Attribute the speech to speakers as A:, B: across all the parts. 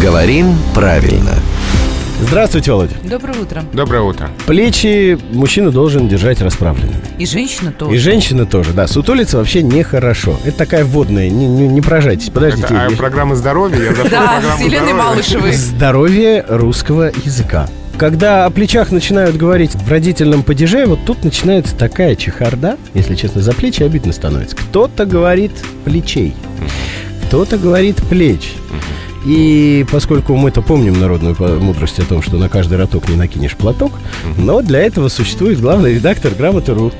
A: Говорим правильно.
B: Здравствуйте, Володя.
C: Доброе утро.
D: Доброе утро.
B: Плечи мужчина должен держать расправленными.
C: И женщина
B: И
C: тоже.
B: женщина тоже, да. Сутулиться вообще нехорошо. Это такая вводная, не, не, не поражайтесь. Подождите.
D: Это, а,
B: я-
D: программа здоровья. Я зашел в
C: Да,
D: программу
C: с Еленой
D: здоровья.
C: Малышевой.
B: Здоровье русского языка. Когда о плечах начинают говорить в родительном падеже, вот тут начинается такая чехарда. Если честно, за плечи обидно становится. Кто-то говорит плечей, кто-то говорит плеч. И поскольку мы-то помним народную по- мудрость о том, что на каждый роток не накинешь платок, но для этого существует главный редактор «Грамоты.ру».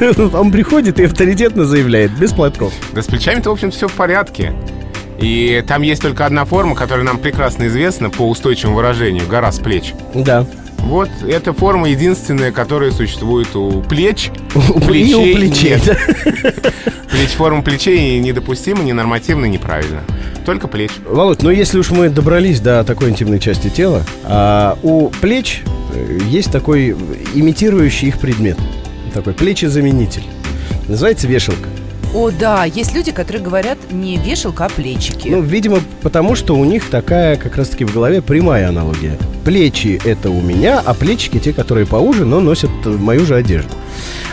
B: Он приходит и авторитетно заявляет «без платков».
D: Да с плечами-то, в общем, все в порядке. И там есть только одна форма, которая нам прекрасно известна по устойчивому выражению – гора с плеч.
B: Да.
D: Вот эта форма единственная, которая существует у плеч.
B: У пле- и у плечей,
D: нет. Плеч, форма плечей недопустима, ненормативна, неправильно. Только плеч.
B: Володь, ну если уж мы добрались до такой интимной части тела, а, у плеч э, есть такой э, имитирующий их предмет. Такой плечезаменитель. Называется вешалка.
C: О, да, есть люди, которые говорят не вешалка, а плечики.
B: Ну, видимо, потому что у них такая как раз-таки в голове прямая аналогия. Плечи это у меня, а плечики те, которые поуже, но носят э, мою же одежду.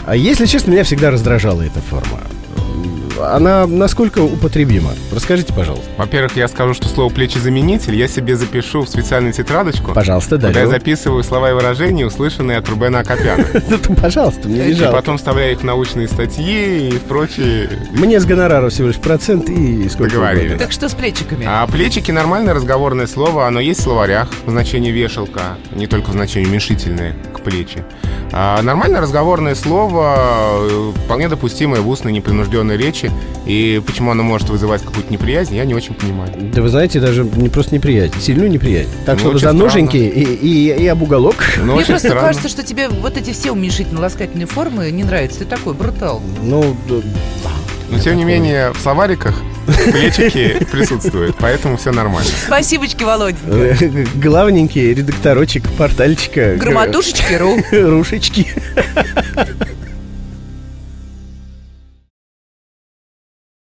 B: А если честно, меня всегда раздражала эта форма. М, Она насколько употребима? Расскажите, пожалуйста.
D: Во-первых, я скажу, что слово «плечезаменитель» я себе запишу в специальную тетрадочку.
B: Пожалуйста,
D: Куда я
B: Дарья.
D: записываю слова и выражения, услышанные от Рубена Акопяна.
B: Ну, Пожалуйста, мне не
D: Э, И
B: жалко.
D: потом вставляю их в научные статьи и в прочие.
B: Мне с гонорара всего лишь процент и сколько
D: Договорились.
B: угодно.
C: Так что с плечиками?
D: А плечики нормальное разговорное слово, оно есть в словарях в значении вешалка, не только в значении уменьшительное к плечи. А нормальное разговорное слово э, вполне допустимое в устной непринужденной речи. И почему оно может вызывать какую-то неприязнь, я не очень понимаю.
B: Да вы знаете, даже не просто неприятен, сильную неприятен. Так
D: Ну,
B: что
D: очень
B: за ноженьки и, и- и об уголок.
D: Но
C: Мне
D: Ну, очень
C: просто
D: странно.
C: кажется, что тебе вот эти все уменьшительно-ласкательные формы не нравятся. Ты такой брутал.
B: Ну, да,
D: Но тем не менее, в словариках плечики присутствуют, поэтому все нормально.
C: Спасибочки, Володя.
B: э, главненький редакторочек, портальчика.
C: Громотушечки ру.
B: Рушечки.